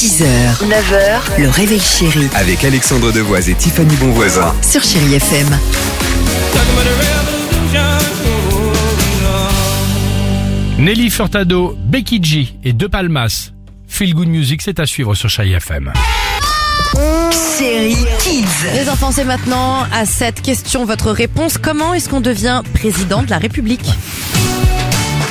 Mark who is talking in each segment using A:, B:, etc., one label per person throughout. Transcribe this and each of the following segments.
A: 6h, 9h, le réveil chéri
B: Avec Alexandre Devoise et Tiffany Bonvoisin.
A: sur Chérie FM.
C: Nelly Furtado, Becky G et De Palmas. Feel Good Music, c'est à suivre sur Chai FM.
D: Hein
A: Chérie Kids.
D: Les enfants, c'est maintenant à cette question votre réponse. Comment est-ce qu'on devient président de la République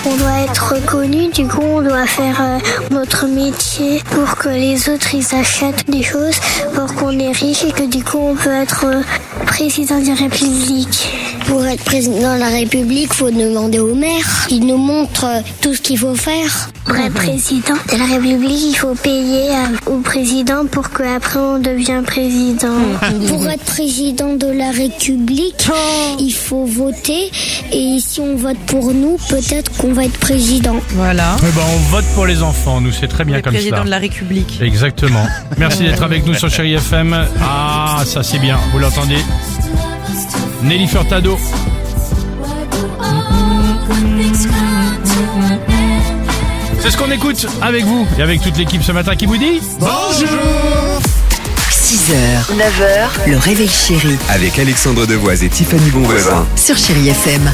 E: On doit être reconnu, du coup on doit faire euh, notre métier pour que les autres ils achètent des choses, pour qu'on est riche et que du coup on peut être euh, président de la République. Pour être président de la République, faut demander au maire. Il nous montre euh, tout ce qu'il faut faire. Pour être président de la République, il faut payer euh, au président pour qu'après on devienne président. Pour être président de la République, il faut voter. Et si on vote pour nous, peut-être qu'on va être président.
D: Voilà.
C: Eh ben, on vote pour les enfants, nous, c'est très bien
D: Le
C: comme
D: président
C: ça.
D: de la République.
C: Exactement. Merci d'être avec nous sur Chéri FM. Ah, ça c'est bien, vous l'entendez. Nelly Furtado,
F: Why do all good things come to an end?
C: c'est ce qu'on écoute avec vous et avec toute l'équipe ce matin qui vous dit
A: 6h, 9h, le réveil chéri
B: Eh ben. Avec Alexandre Devoise et Tiffany Bonvoisin.
A: sur Chérie FM.